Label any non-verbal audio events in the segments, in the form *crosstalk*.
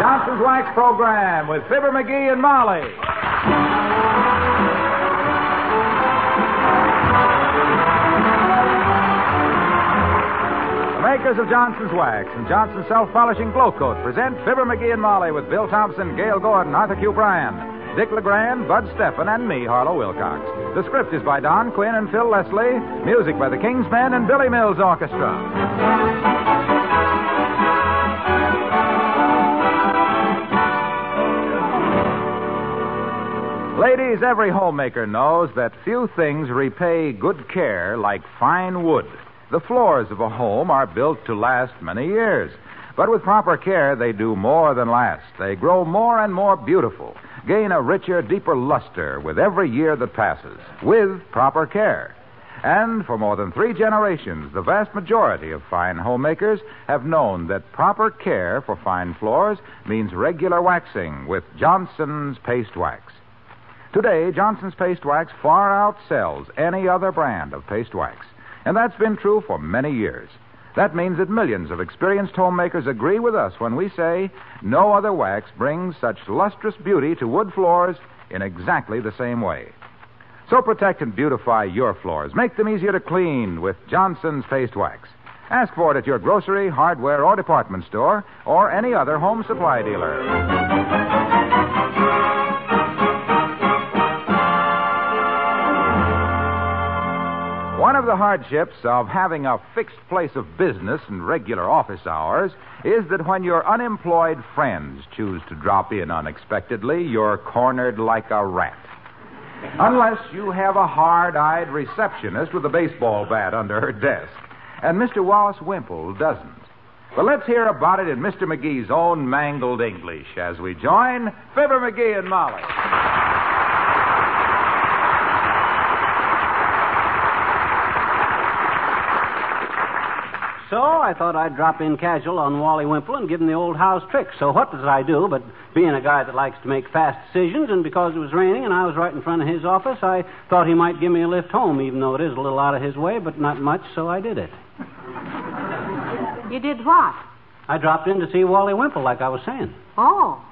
Johnson's Wax Program with Fibber McGee and Molly. The makers of Johnson's Wax and Johnson's Self Polishing Glow Coat present Fibber McGee and Molly with Bill Thompson, Gail Gordon, Arthur Q. Bryan, Dick LeGrand, Bud Steffen, and me, Harlow Wilcox. The script is by Don Quinn and Phil Leslie, music by the Kingsmen and Billy Mills Orchestra. Ladies, every homemaker knows that few things repay good care like fine wood. The floors of a home are built to last many years. But with proper care, they do more than last. They grow more and more beautiful, gain a richer, deeper luster with every year that passes, with proper care. And for more than three generations, the vast majority of fine homemakers have known that proper care for fine floors means regular waxing with Johnson's Paste Wax. Today, Johnson's Paste Wax far outsells any other brand of paste wax, and that's been true for many years. That means that millions of experienced homemakers agree with us when we say no other wax brings such lustrous beauty to wood floors in exactly the same way. So protect and beautify your floors. Make them easier to clean with Johnson's Paste Wax. Ask for it at your grocery, hardware, or department store, or any other home supply dealer. One of the hardships of having a fixed place of business and regular office hours is that when your unemployed friends choose to drop in unexpectedly, you're cornered like a rat. Unless you have a hard eyed receptionist with a baseball bat under her desk. And Mr. Wallace Wimple doesn't. But let's hear about it in Mr. McGee's own mangled English as we join Fibber McGee and Molly. So I thought I'd drop in casual on Wally Wimple and give him the old house trick. So what did I do but being a guy that likes to make fast decisions, and because it was raining and I was right in front of his office, I thought he might give me a lift home, even though it is a little out of his way, but not much, so I did it. You did what? I dropped in to see Wally Wimple, like I was saying. Oh.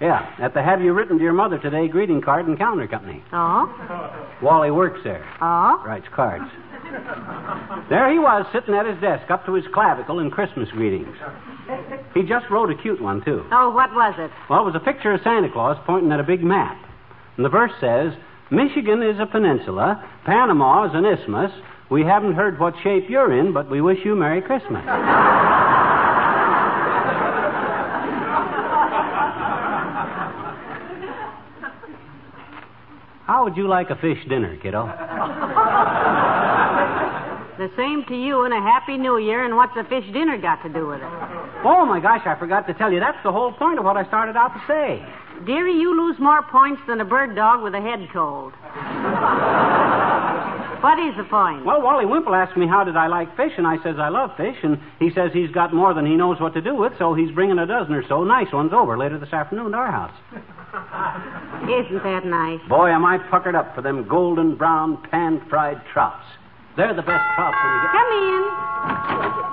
Yeah, at the Have You Written to Your Mother Today greeting card and calendar company. 어? Oh. Wally works there. Oh. Writes cards. There he was, sitting at his desk, up to his clavicle in Christmas greetings. He just wrote a cute one, too. Oh, what was it? Well, it was a picture of Santa Claus pointing at a big map. And the verse says Michigan is a peninsula, Panama is an isthmus. We haven't heard what shape you're in, but we wish you Merry Christmas. How would you like a fish dinner, kiddo? The same to you and a happy new year, and what's the fish dinner got to do with it? Oh my gosh, I forgot to tell you. That's the whole point of what I started out to say. Dearie, you lose more points than a bird dog with a head cold. what is the point? Well, Wally Wimple asked me how did I like fish, and I says I love fish, and he says he's got more than he knows what to do with, so he's bringing a dozen or so nice ones over later this afternoon to our house. Isn't that nice? Boy, am I puckered up for them golden brown pan-fried trouts. They're the best trouts when you get. Come in.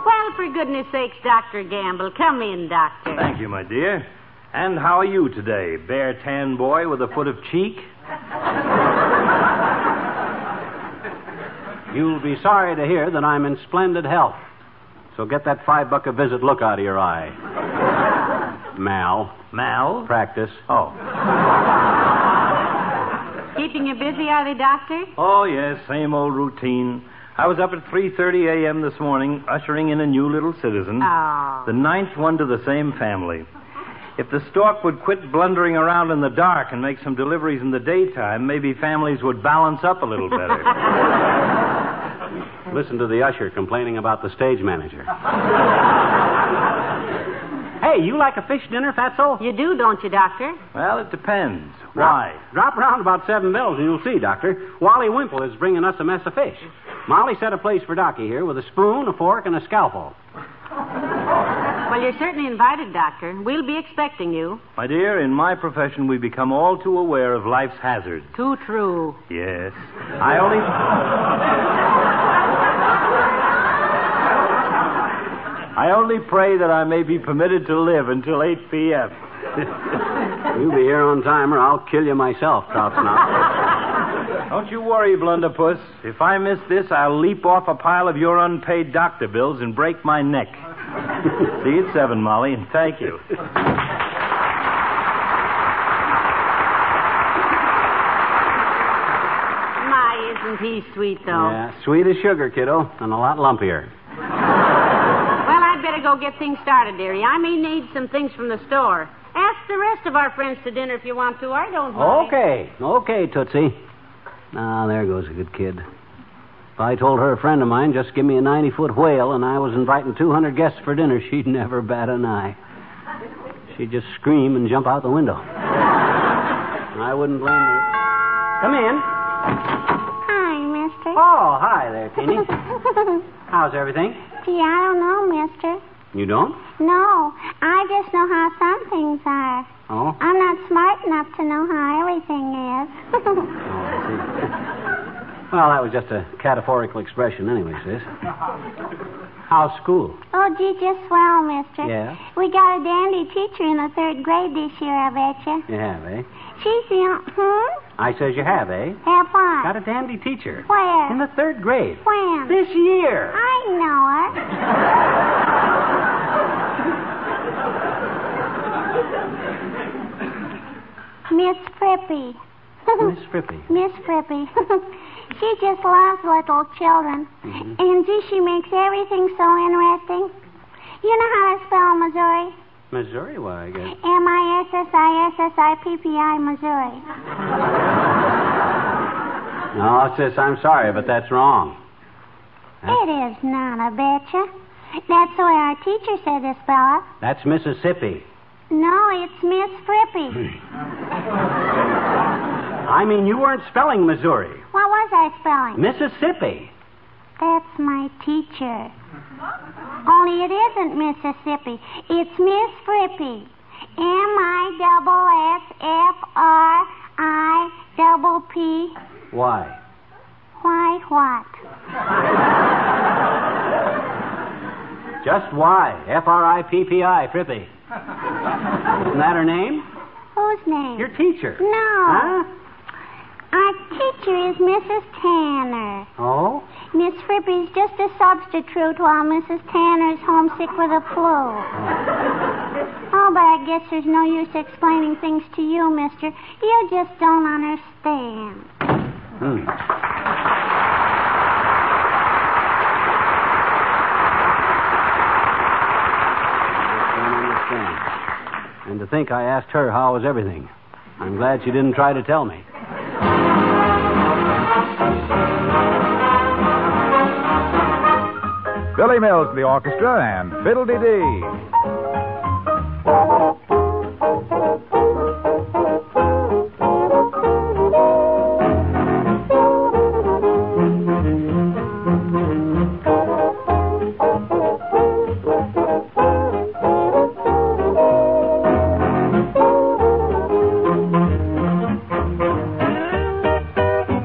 Well, for goodness sakes, Dr. Gamble, come in, Doctor. Thank you, my dear. And how are you today, bare tan boy with a foot of cheek? You'll be sorry to hear that I'm in splendid health. So get that five buck a visit look out of your eye. Mal. Mal? Practice. Oh. Keeping you busy, are they, Doctor? Oh, yes, same old routine. I was up at 3.30 a.m. this morning ushering in a new little citizen. Oh. The ninth one to the same family. If the stork would quit blundering around in the dark and make some deliveries in the daytime, maybe families would balance up *laughs* a little better. Listen to the usher complaining about the stage manager. hey, you like a fish dinner, Fatso? You do, don't you, Doctor? well, it depends. Why? Drop around about seven bells and you'll see, Doctor. Wally Wimple is bringing us a mess of fish. Molly set a place for Docky here with a spoon, a fork, and a scalpel. Well, you're certainly invited, Doctor. We'll be expecting you. My dear, in my profession, we become all too aware of life's hazards. Too true. Yes. I only. I only pray that I may be permitted to live until 8 p.m. *laughs* You be here on time or I'll kill you myself, Trout *laughs* Snout. Don't you worry, Blunderpuss. If I miss this, I'll leap off a pile of your unpaid doctor bills and break my *laughs* neck. See you at 7, Molly, and thank you. My, isn't he sweet, though? Yeah, sweet as sugar, kiddo, and a lot lumpier. Well, I'd better go get things started, dearie. I may need some things from the store. Ask the rest of our friends to dinner if you want to. I don't mind. Okay, okay, Tootsie. Ah, there goes a good kid. If I told her a friend of mine just give me a 90 foot whale and I was inviting 200 guests for dinner, *laughs* she'd never bat an eye. She'd just scream and jump out the window. *laughs* And I wouldn't blame her. Come in. Hi, mister. Oh, hi there, Teeny. How's everything? *laughs* Gee, I don't know, mister. You don't? No, I just know how some things are. Oh? I'm not smart enough to know how everything is. Well, that was just a categorical expression, anyway, sis. How's school? *laughs* oh, gee, just swell, mister. Yeah? We got a dandy teacher in the third grade this year, I betcha. You have, eh? She's the, on- hmm? I says you have, eh? Have what? Got a dandy teacher. Where? In the third grade. When? This year. I know her. *laughs* Miss Frippy. *laughs* Miss Frippy. Miss Frippy. *laughs* she just loves little children. And gee, she makes everything so interesting. You know how to spell Missouri? Missouri, why, I guess. M I S S I S S I P P I, Missouri. No, sis, I'm sorry, but that's wrong. Huh? It is not, I betcha. That's the way our teacher said to spell it. That's Mississippi. No, it's Miss Frippy. I mean, you weren't spelling Missouri. what was I spelling? Mississippi. That's my teacher. Only it isn't Mississippi. It's Miss Frippy. M I double S F R I double P. Why? Why what? Just why? F R I P P I, Frippy. Isn't that her name? Whose name? Your teacher. No. Huh? Our teacher is Mrs. Tanner. Oh? Miss Frippy's just a substitute while Mrs. Tanner's homesick with a flu. Oh, but I guess there's no use explaining things to you, mister. You just don't understand. *laughs* Hmm. don't understand. And to think I asked her how was everything. I'm glad she didn't try to tell me. Billy Mills and the orchestra and Fiddle Dee Dee. Thank you.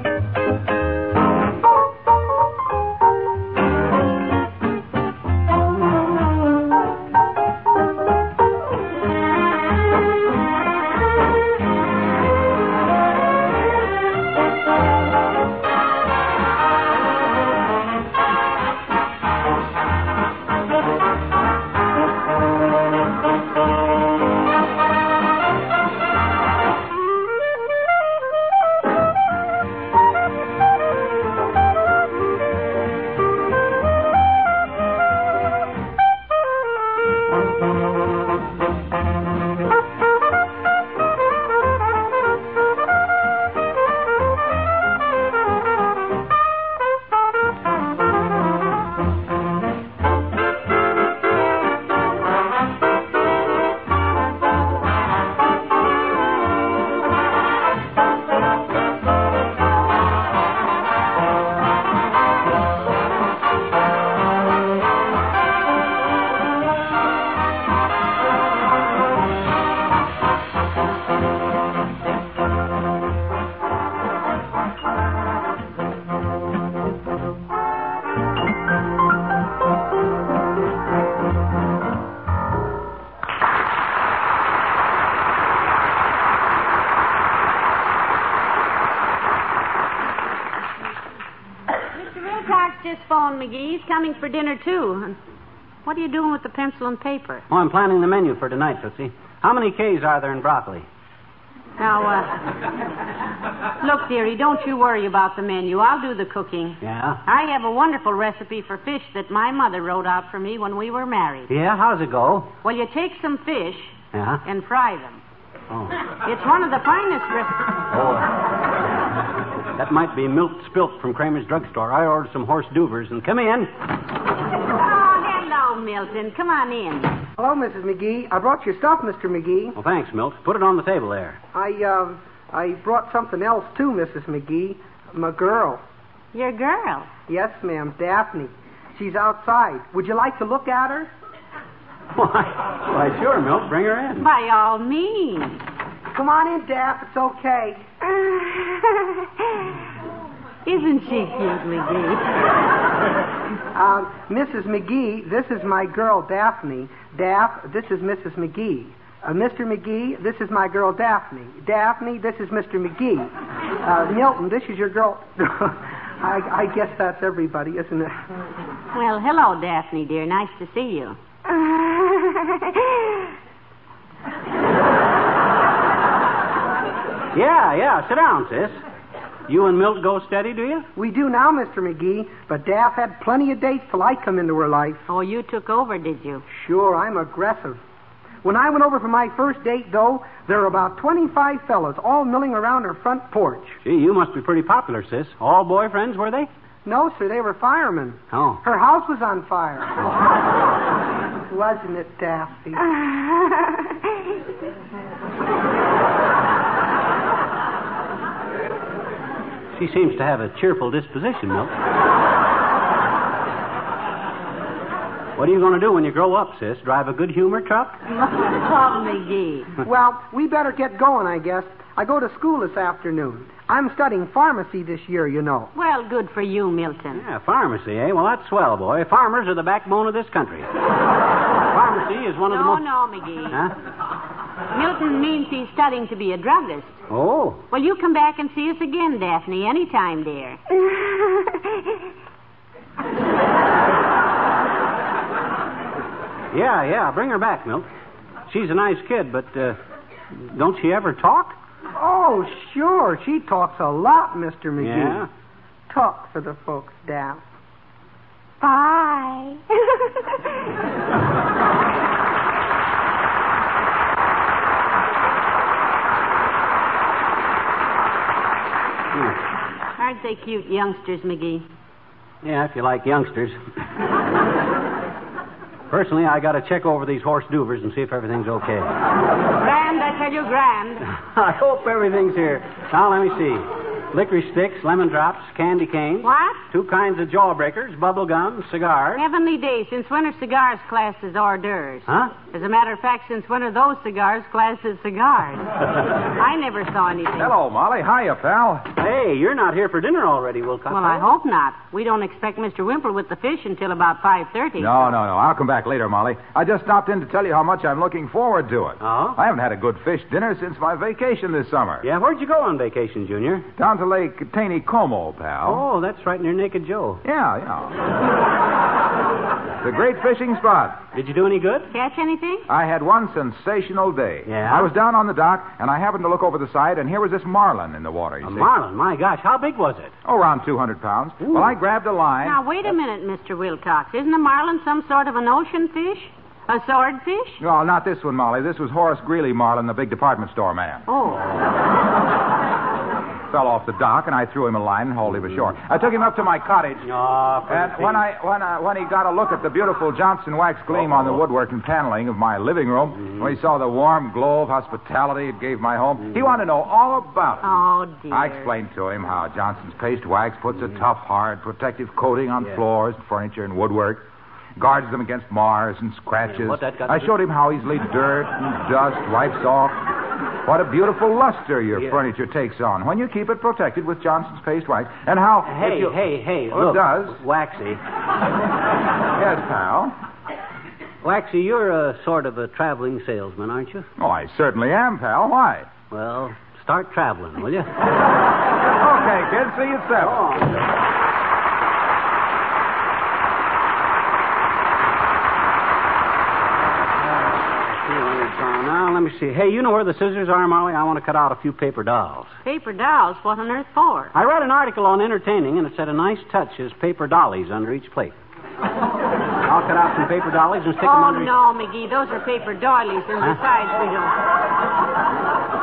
on, McGee. He's coming for dinner, too. What are you doing with the pencil and paper? Oh, I'm planning the menu for tonight, Tootsie. How many K's are there in broccoli? Now, uh, look, dearie, don't you worry about the menu. I'll do the cooking. Yeah? I have a wonderful recipe for fish that my mother wrote out for me when we were married. Yeah? How's it go? Well, you take some fish Yeah? and fry them. Oh. It's one of the finest recipes. That might be milk spilt from Kramer's drugstore. I ordered some horse duvers and come in. Oh, hello, Milton. Come on in. Hello, Mrs. McGee. I brought your stuff, Mr. McGee. Well, thanks, Milt. Put it on the table there. I, um, I brought something else too, Mrs. McGee. My girl. Your girl. Yes, ma'am, Daphne. She's outside. Would you like to look at her? Why, why sure, Milt. Bring her in. By all means. Come on in, Daph. It's okay. *laughs* Isn't she cute, *laughs* McGee? Um, Mrs. McGee, this is my girl, Daphne. Daph, this is Mrs. McGee. Uh, Mr. McGee, this is my girl, Daphne. Daphne, this is Mr. McGee. Uh, Milton, this is your girl. *laughs* I, I guess that's everybody, isn't it? Well, hello, Daphne, dear. Nice to see you. Yeah, yeah. Sit down, sis. You and Milt go steady, do you? We do now, Mr. McGee, but Daff had plenty of dates till I come into her life. Oh, you took over, did you? Sure, I'm aggressive. When I went over for my first date, though, there were about 25 fellas all milling around her front porch. Gee, you must be pretty popular, sis. Oh, All boyfriends, were they? No, sir, they were firemen. Oh. Her house was on fire. *laughs* Wasn't it, *laughs* Daffy? She seems to have a cheerful disposition, Milt. what are you going to do when you grow up, sis? Drive a good humor truck? oh, McGee. well, we better get going, I guess. I go to school this afternoon. I'm studying pharmacy this year, you know. Well, good for you, Milton. Yeah, pharmacy, eh? Well, that's swell, boy. Farmers are the backbone of this country. pharmacy is one of the No, most. no, McGee. Huh? Milton means he's studying to be a druggist. Oh. Well, you come back and see us again, Daphne, anytime, dear. Yeah, yeah. Bring her back, Milt. She's a nice kid, but uh, don't she ever talk? Oh, sure, she talks a lot, Mr. McGee. Yeah. Talk for the folks, Daff. Bye. Aren't they cute youngsters, McGee? Yeah, if you like youngsters. Personally, I got to check over these horse duvers and see if everything's okay. Grand, I tell you, grand. *laughs* I hope everything's here. Now, let me see. Licorice sticks, lemon drops, candy canes. What? Two kinds of jawbreakers, bubble gum, cigars. Heavenly day, since when are cigars classed as hors d'oeuvres? Huh? As a matter of fact, since when are those cigars classed as *laughs* cigars? I never saw anything. Hello, Molly. Hiya, pal. Hey, you're not here for dinner already, Wilcox. Well, I hope not. We don't expect Mr. Wimple with the fish until about 5.30. No, no, no. I'll come back later, Molly. I just stopped in to tell you how much I'm looking forward to it. Oh? I haven't had a good fish dinner since my vacation this summer. Yeah, where'd you go on vacation, Junior? Down to Lake Taney Como, pal. Oh, that's right near Naked Joe. Yeah, yeah. it's a great fishing spot. Did you do any good? Catch anything? I had one sensational day. Yeah? I was down on the dock, and I happened to look over the side, and here was this marlin in the water, you A see. marlin, my gosh, how big was it? Oh, around 200 pounds. Well, I grabbed a line. Now, wait a minute, Mr. Wilcox. Isn't a marlin some sort of an ocean fish? A swordfish? No, not this one, Molly. This was Horace Greeley Marlin, the big department store man. *laughs* Oh. Fell off the dock, and I threw him a line and hauled him ashore. I took him up to my cottage. Oh, for And the when sake- I when I when he got a look at the beautiful Johnson wax gleam on the woodwork and paneling of my living room, Mm-hmm. when he saw the warm glow of hospitality it gave my home, he wanted to know all about it. *laughs* Oh, dear. I explained to him how Johnson's paste wax puts Mm-hmm. a tough, hard, protective coating on floors and furniture and woodwork, guards them against Mars and scratches. what that got to I do- showed him how *laughs* easily dirt and dust wipes off. What a beautiful luster your Yeah. furniture takes on when you keep it protected with Johnson's paste wax. And how. if Hey, you- hey, hey, Well, look. it does. Waxy. *laughs* Yes, pal. Waxy, you're a sort of a traveling salesman, aren't you? Oh, I certainly am, pal. Why? Well, start traveling, will you? Oh, Okay, kid. See you at seven. uh, Now, Uh, let me see. Hey, you know where the scissors are, Molly? I want to cut out a few paper dolls. Paper dolls, what on earth for? I read an article on entertaining, and it said a nice touch is paper dollies under each plate. I'll cut out some paper dollies and stick them oh, under each... no, McGee, those are paper doilies, and besides, we don't.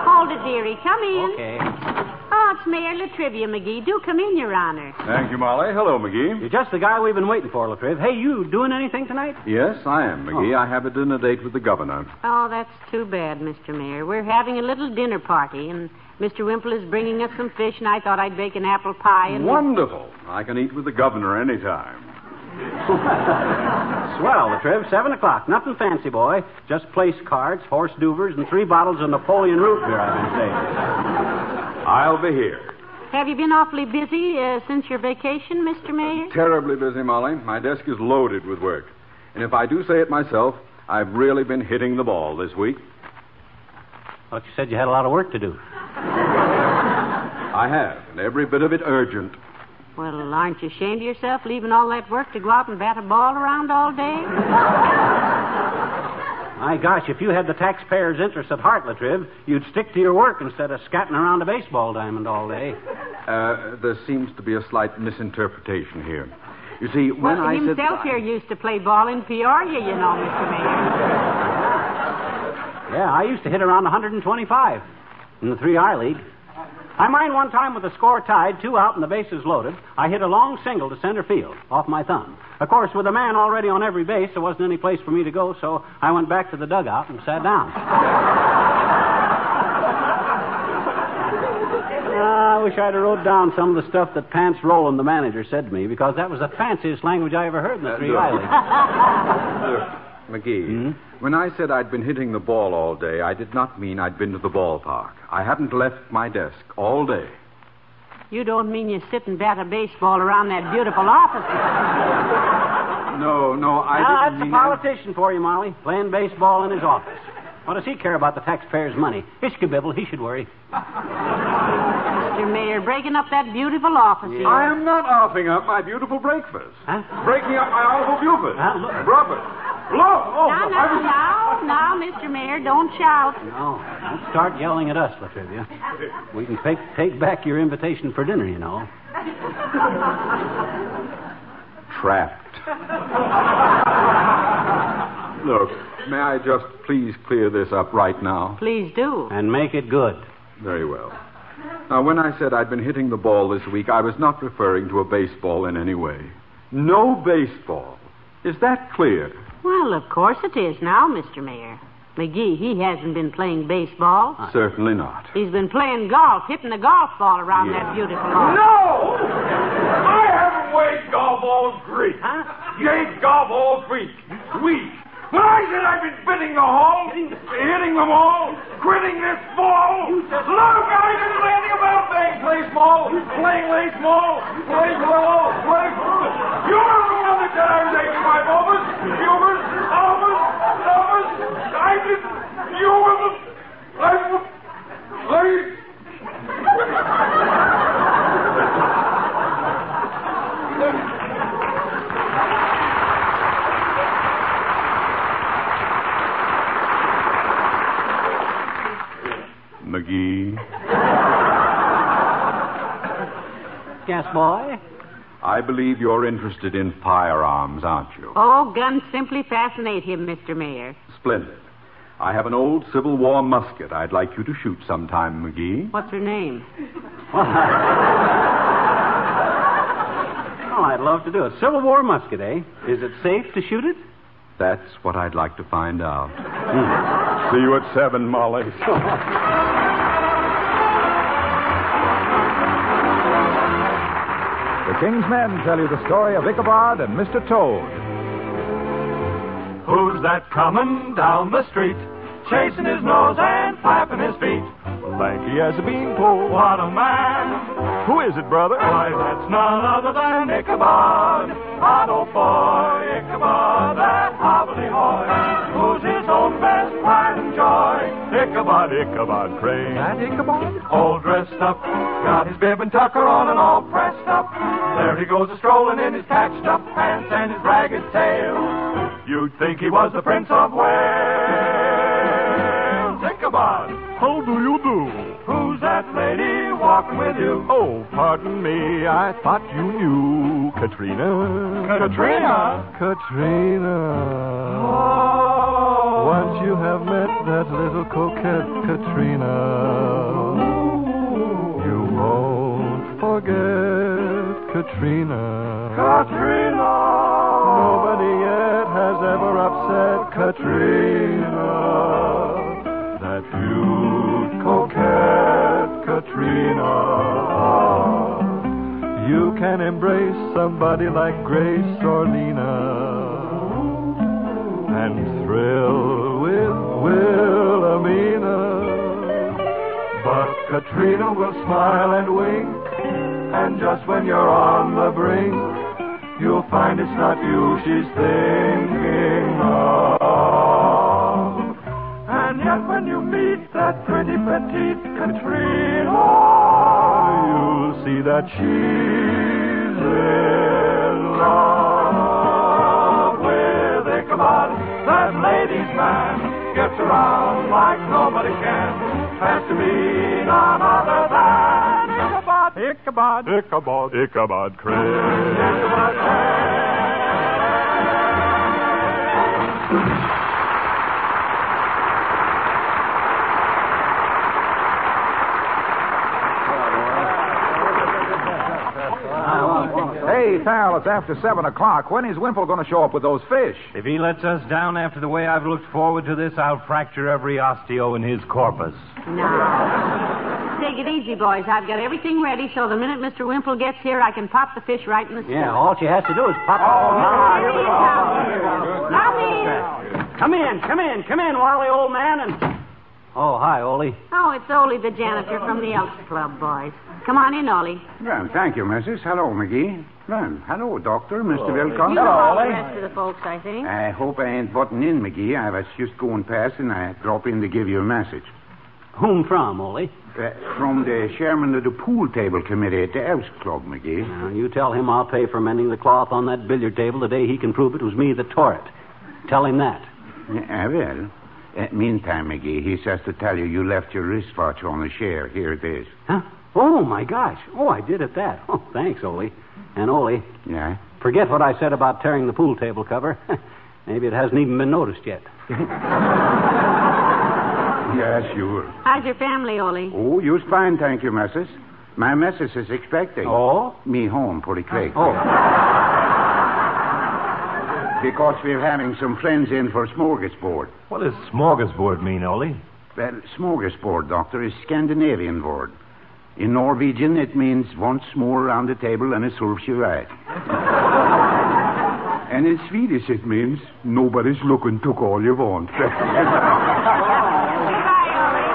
Hold it, dearie. Come in. Okay. Oh, it's Mayor Latrivia, McGee. Do come in, Your Honor. Thank you, Molly. Hello, McGee. You're just the guy we've been waiting for, Latriv. Hey, you doing anything tonight? Oh. Yes, I am, McGee. I have a dinner date with the governor. Oh, that's too bad, Mr. Mayor. We're having a little dinner party, and Mr. Wimple is bringing us some fish, and I thought I'd bake an apple pie. And Wonderful. I can eat with the governor any time. Swell, Latriv. Seven o'clock. Nothing fancy, boy. Just place cards, horse duvers, and three bottles of Napoleon root beer, I've been saying. I'll be here. *laughs* Have you been awfully busy uh, since your vacation, Mr. Mayor? Terribly busy, Molly. My desk is loaded with work. And if I do say it myself, I've really been hitting the ball this week. Thought you said you had a lot of work to do. I have, and every bit of it urgent. Well, aren't you ashamed of yourself leaving all that work to go out and bat a ball around all day? My gosh, if you had the taxpayers' interests at heart, Latriv, you'd stick to your work instead of scatting around a baseball diamond all day. Uh, there seems to be a slight misinterpretation here. You see, *laughs* when Well, I said. himself here used to play ball in Peoria, you know, Mr. Mayor. Yeah, I used to hit around 125 in the 3R League. I mind one time with the score tied, two out and the bases loaded. I hit a long single to center field off my thumb. Of course, with a man already on every base, there wasn't any place for me to go, so I went back to the dugout and sat down. Ah, I wish I'd have wrote down some of the stuff that Pants Roland, the manager, said to me, because that was the fanciest language I ever heard in the Uh, Three no. Islands. Look, McGee, Hmm? when I said I'd been hitting the ball all day, I did not mean I'd been to the ballpark. I haven't left my desk all day. You don't mean you sit and bat a baseball around that beautiful office. *laughs* No, no, I Ah, didn't that's a mean politician for you, Molly, playing baseball in his office. What does he care about the taxpayers' money? Ishkabibble, he should worry. Mr. Mayor, breaking up that beautiful office here. I am not offering up my beautiful breakfast. Huh? Breaking up my awful Buford. Huh? Look. Robert. Look! Oh, Now, I now, was- now, now, Mr. Mayor, don't shout. No, don't start yelling at us, Latrivia. We can take, take back your invitation for dinner, you know. Trapped. Look, may I just please clear this up right now? Please do. And make it good. Very well. Now, when I said I'd been hitting the ball this week, I was not referring to a baseball in any way. No baseball. Is that clear? Well, of course it is now, Mr. Mayor. McGee, he hasn't been playing baseball. Certainly not. He's been playing golf, hitting the golf ball around that beautiful office. No! I haven't weighed golf all week. Huh? Weighed golf all week. Week. When I said I've been bidding the hall, hitting them all, quitting this ball. Look, I didn't know anything about playing baseball, playing lace ball, playing ball, playing You're the one that said I was aching my bulbous, humors, almonds, numbers. I did. You were the. I was. I. McGee, Yes, boy? I believe you're interested in firearms, aren't you? Oh, guns simply fascinate him, Mr. Mayor. Splendid. I have an old Civil War musket I'd like you to shoot sometime, McGee. What's her name? Oh, I'd love to do it. Civil War musket, eh? Is it safe to shoot it? That's what I'd like to find out. Hmm. See you at seven, *laughs* Molly. The King's Men tell you the story of Ichabod and Mr. Toad. Who's that coming down the street? Chasing his nose and flapping his feet. Lanky as a beanpole. Oh, What a man. Who is it, brother? Why, that's none other than Ichabod. Otto boy, Ichabod, that hobbly hoy. Who's his own best pride and joy. Ichabod, Ichabod, pray. That Ichabod? All dressed up, got his bib and tucker on and all pressed up. There he goes a strolling in his patched up pants and his ragged tail. You'd think he was the Prince of Wales. with you. Oh, pardon me, I thought you knew Katrina. Katrina? Katrina. Oh. Once you have met that little coquette, Katrina, you won't forget Katrina. Katrina! Nobody yet has ever upset Katrina. That cute coquette Katrina. You can embrace somebody like Grace or Lena and thrill with Wilhelmina. But Katrina will smile and wink, and just when you're on the brink, You'll find it's not you she's thinking of. And yet when you meet that pretty petite Katrina, you'll see that she's in love with Ichabod. That lady's man gets around like nobody can. Has to be none other than Ichabod, Ichabod, Ichabod, Ichabod Crane. Hey, pal, it's after 7 o'clock. When is Wimple going to show up with those fish? If he lets us down after the way I've looked forward to this, I'll fracture every osteo in his corpus. Now, take it easy, boys. I've got everything ready, so the minute Mr. Wimple gets here, I can pop the fish right in the Yeah, store. all she has to do is pop. Oh. Here he is, Howard. Come in. Come in, come in, come in, Wally, old man, and. Oh, hi, Ollie. Oh, it's Ollie, the janitor from the Elks Club, boys. Come on in, Ollie. Well, thank you, Mrs. Hello, McGee. Well, hello, Doctor, Mr. Wilcox. You know all the rest of the folks, I think. I hope I ain't butting in, McGee. I was just going past and I drop in to give you a message. Whom from, Ollie? Uh, from the chairman of the pool table committee at the Elks Club, McGee. Now, you tell him I'll pay for mending the cloth on that billiard table the day he can prove it was me that tore it. Tell him that. I will. Uh, meantime, McGee, he says to tell you you left your wristwatch on the chair. Here it is. Huh? Oh, my gosh. Oh, I did at that. Oh, thanks, Ollie. And, Ollie, Yeah? forget what I said about tearing the pool table cover. *laughs* Maybe it hasn't even been noticed yet. Ah. Yeah, sure. How's your family, Ollie? Oh, you's fine, thank you, Mrs. My missus is expecting. Oh? Me home pretty quick. Oh, *laughs* Because we're having some friends in for smorgasbord. What does smorgasbord mean, Ollie? Well, smorgasbord, Doctor, is Scandinavian word. In Norwegian, it means once more around the table and it serves you *laughs* right. and in Swedish, it means nobody's looking, took all you want. *laughs* Goodbye, Ollie.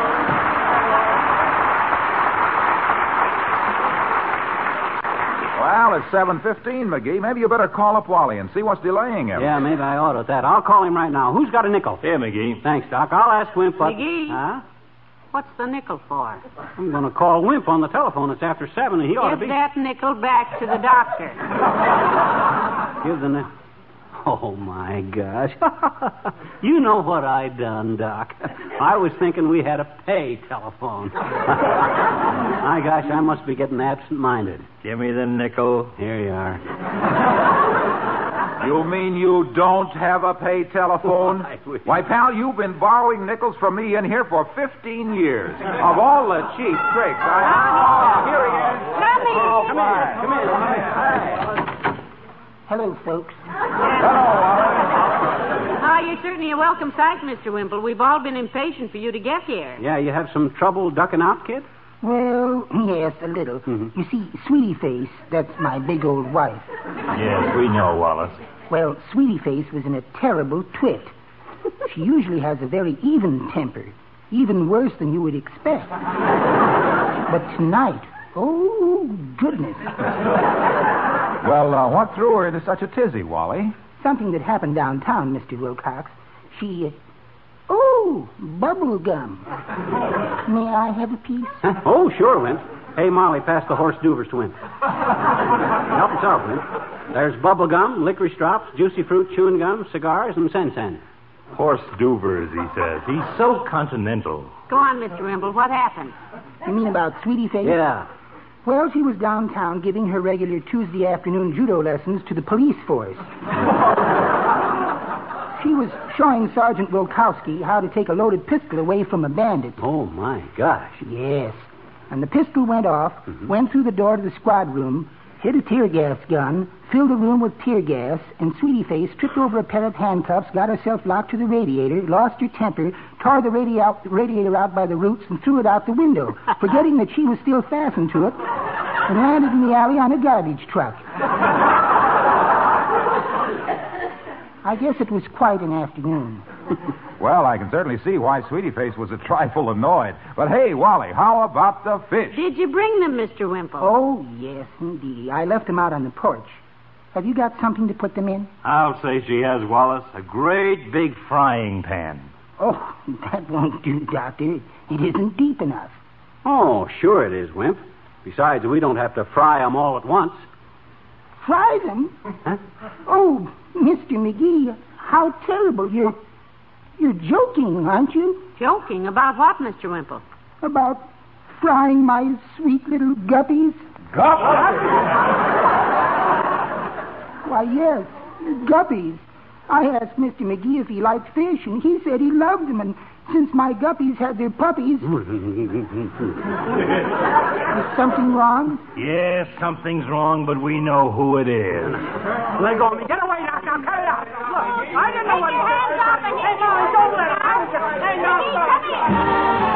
Well, it's 7.15, McGee. Maybe you better call up Wally and see what's delaying him. yeah, maybe I ought at that. I'll call him right now. Who's got a nickel? Here, McGee. Thanks, Doc. I'll ask Wimp. What... McGee. Huh? What's the nickel for? I'm going to call Wimp on the telephone. It's after seven, and he ought to Give be. that nickel back to the doctor. Give the. ni- Oh my gosh! *laughs* you know what I done, Doc. I was thinking we had a pay telephone. my gosh, I must be getting absent-minded. Give me the nickel. Here you are. You mean you don't have a pay *laughs* telephone? Why, we- Why, pal, you've been borrowing nickels from me in here for 15 years. of all the cheap tricks I... Oh, here he is. Come in. Oh, my. Come in, come in. Hello, folks. Oh, you're certainly a welcome sight, Mr. Wimple. We've all been impatient for you to get here. Yeah, you have some trouble ducking out, kid? Well, *clears throat* yes, a little. Mhm. You see, Sweetie Face, that's my big old wife. Yes, we know, Wallace. Well, Sweetie Face was in a terrible twit. She usually has a very even temper, even worse than you would expect. but tonight, oh, goodness. Well, uh, what threw her into such a tizzy, Wally? Something that happened downtown, Mr. Wilcox. She. Uh, oh, bubble gum. May I have a piece? Huh? Oh, sure, Wimp. Hey, Molly, pass the horse duvers to Wimp. Help us out, *laughs* Wimp. There's bubble gum, licorice drops, juicy fruit, chewing gum, cigars, and sen-sen. Horse duvers, he says. He's so continental. Go on, Mr. Wimple. What happened? You mean about Sweetie Face? Yeah. Well, she was downtown giving her regular Tuesday afternoon judo lessons to the police force. she was showing Sergeant Wilkowski how to take a loaded pistol away from a bandit. Oh, my gosh. Mm-hmm. Yes. And the pistol went off, went through the door to the squad room, hit a tear gas gun, filled the room with tear gas, and Sweetie Face tripped over a pair of handcuffs, got herself locked to the radiator, lost her temper, tore the radi- out- radiator out by the roots, and threw it out the window, forgetting that she was still fastened to it, and landed in the alley on a garbage truck. I guess it was quite an afternoon. *laughs* Well, I can certainly see why Sweetie Face was a trifle annoyed. But hey, Wally, how about the fish? Did you bring them, Mr. Wimple? Oh, yes, indeed. I left them out on the porch. Have you got something to put them in? I'll say she has, Wallace. A great big frying *laughs* pan. Oh, *laughs* that won't do, Doctor. It isn't deep enough. Oh, sure it is, Wimp. Besides, we don't have to fry 'em all at once. Fry them? Huh? Oh, Mr. McGee, how terrible. You're, you're joking, aren't you? Joking about what, Mr. Wimple? About frying my sweet little guppies? Why, yes, guppies. I asked Mr. McGee if he liked fish, and he said he loved them. And since my guppies had their puppies, is something wrong? Yes, something's wrong, but we know who it is. Let go of me. Get away now. Now, cut it out. Look, I didn't know what Take your hands off and Hey, no, don't let her. I'll get her. Hey, no, stop.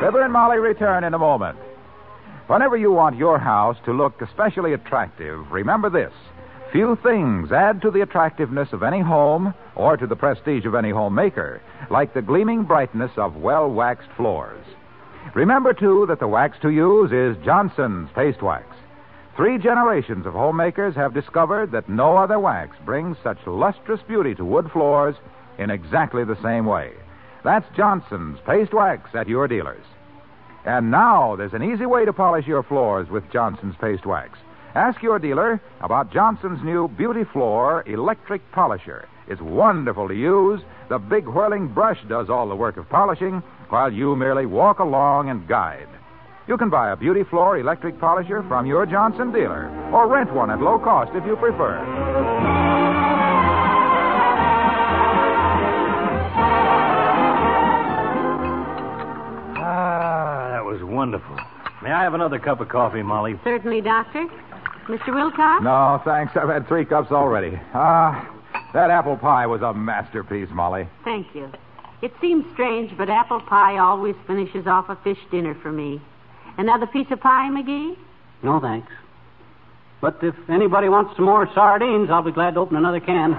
River and Molly return in a moment. Whenever you want your house to look especially attractive, remember this. Few things add to the attractiveness of any home or to the prestige of any homemaker like the gleaming brightness of well waxed floors. Remember, too, that the wax to use is Johnson's Paste Wax. Three generations of homemakers have discovered that no other wax brings such lustrous beauty to wood floors in exactly the same way. That's Johnson's Paste Wax at your dealers. And now there's an easy way to polish your floors with Johnson's Paste Wax. Ask your dealer about Johnson's new Beauty Floor Electric Polisher. It's wonderful to use. The big whirling brush does all the work of polishing, while you merely walk along and guide. You can buy a Beauty Floor Electric Polisher from your Johnson dealer, or rent one at low cost if you prefer. Ah, that was wonderful. May I have another cup of coffee, Molly? Certainly, Doctor. Mr. Wilcox? No, thanks. I've had three cups already. Ah, that apple pie was a masterpiece, Molly. Thank you. It seems strange, but apple pie always finishes off a fish dinner for me. Another piece of pie, McGee? No, thanks. But if anybody wants some more sardines, I'll be glad to open another *laughs* can. oh,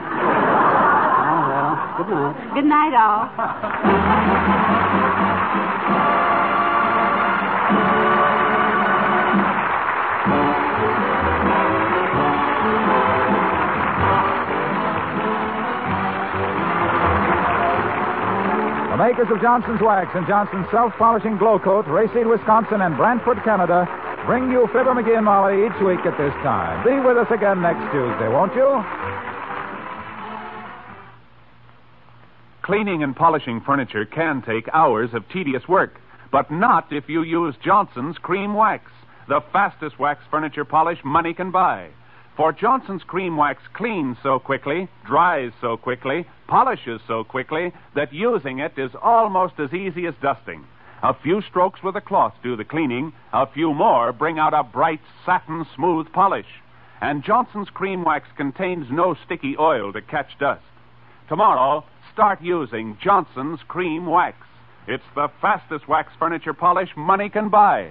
well, good night. Good night, all. The makers of Johnson's Wax and Johnson's Self Polishing Glow Coat, Rayseed, Wisconsin, and Brantford, Canada, bring you Fibber McGee and Molly each week at this time. Be with us again next Tuesday, won't you? Cleaning and polishing furniture can take hours of tedious work, but not if you use Johnson's Cream Wax, the fastest wax furniture polish money can buy. For Johnson's Cream Wax cleans so quickly, dries so quickly, polishes so quickly that using it is almost as easy as dusting. A few strokes with a cloth do the cleaning, a few more bring out a bright satin smooth polish. And Johnson's Cream Wax contains no sticky oil to catch dust. Tomorrow, start using Johnson's Cream Wax. It's the fastest wax furniture polish money can buy.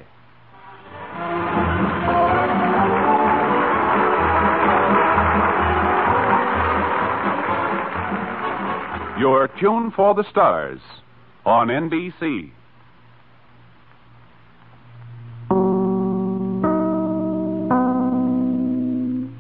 Your tune for the stars on NBC.